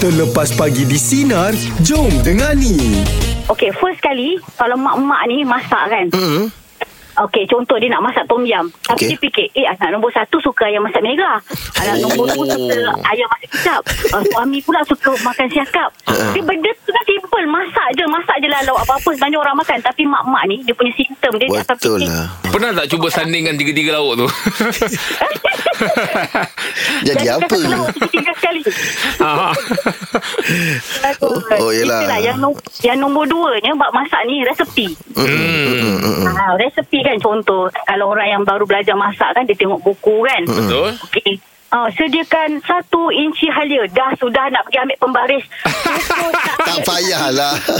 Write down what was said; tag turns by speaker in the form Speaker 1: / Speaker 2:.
Speaker 1: Terlepas pagi di Sinar, jom dengani.
Speaker 2: Okey, first kali kalau mak-mak ni masak kan.
Speaker 3: Hmm.
Speaker 2: Okey, contoh dia nak masak tom yam. Tapi
Speaker 3: Okey. Oh.
Speaker 2: dia fikir, eh anak nombor satu suka ayam masak merah. Anak nombor dua suka ayam masak kicap. Uh, suami pula suka makan siakap. Dia benda tu kan simple. Masak je, masak je lah lauk apa-apa. Sebenarnya orang makan. Tapi mak-mak ni, dia punya simptom. Dia tak sampai
Speaker 3: Betul
Speaker 2: fikir,
Speaker 3: lah.
Speaker 4: Pernah tak cuba sandingkan tiga-tiga lauk tu?
Speaker 3: Jadi
Speaker 2: Jadi
Speaker 3: apa?
Speaker 2: Lauk tiga sekali.
Speaker 4: Ah.
Speaker 2: Oh,
Speaker 3: oh, yelah.
Speaker 2: yang, nom- yang nombor duanya bab masak ni resepi.
Speaker 4: hmm.
Speaker 2: Ha, resepi kan contoh kalau orang yang baru belajar masak kan dia tengok buku kan.
Speaker 4: Betul?
Speaker 2: Okey. Uh, sediakan satu inci halia. Dah sudah nak pergi ambil pembaris. Terus nak
Speaker 3: Tak payahlah.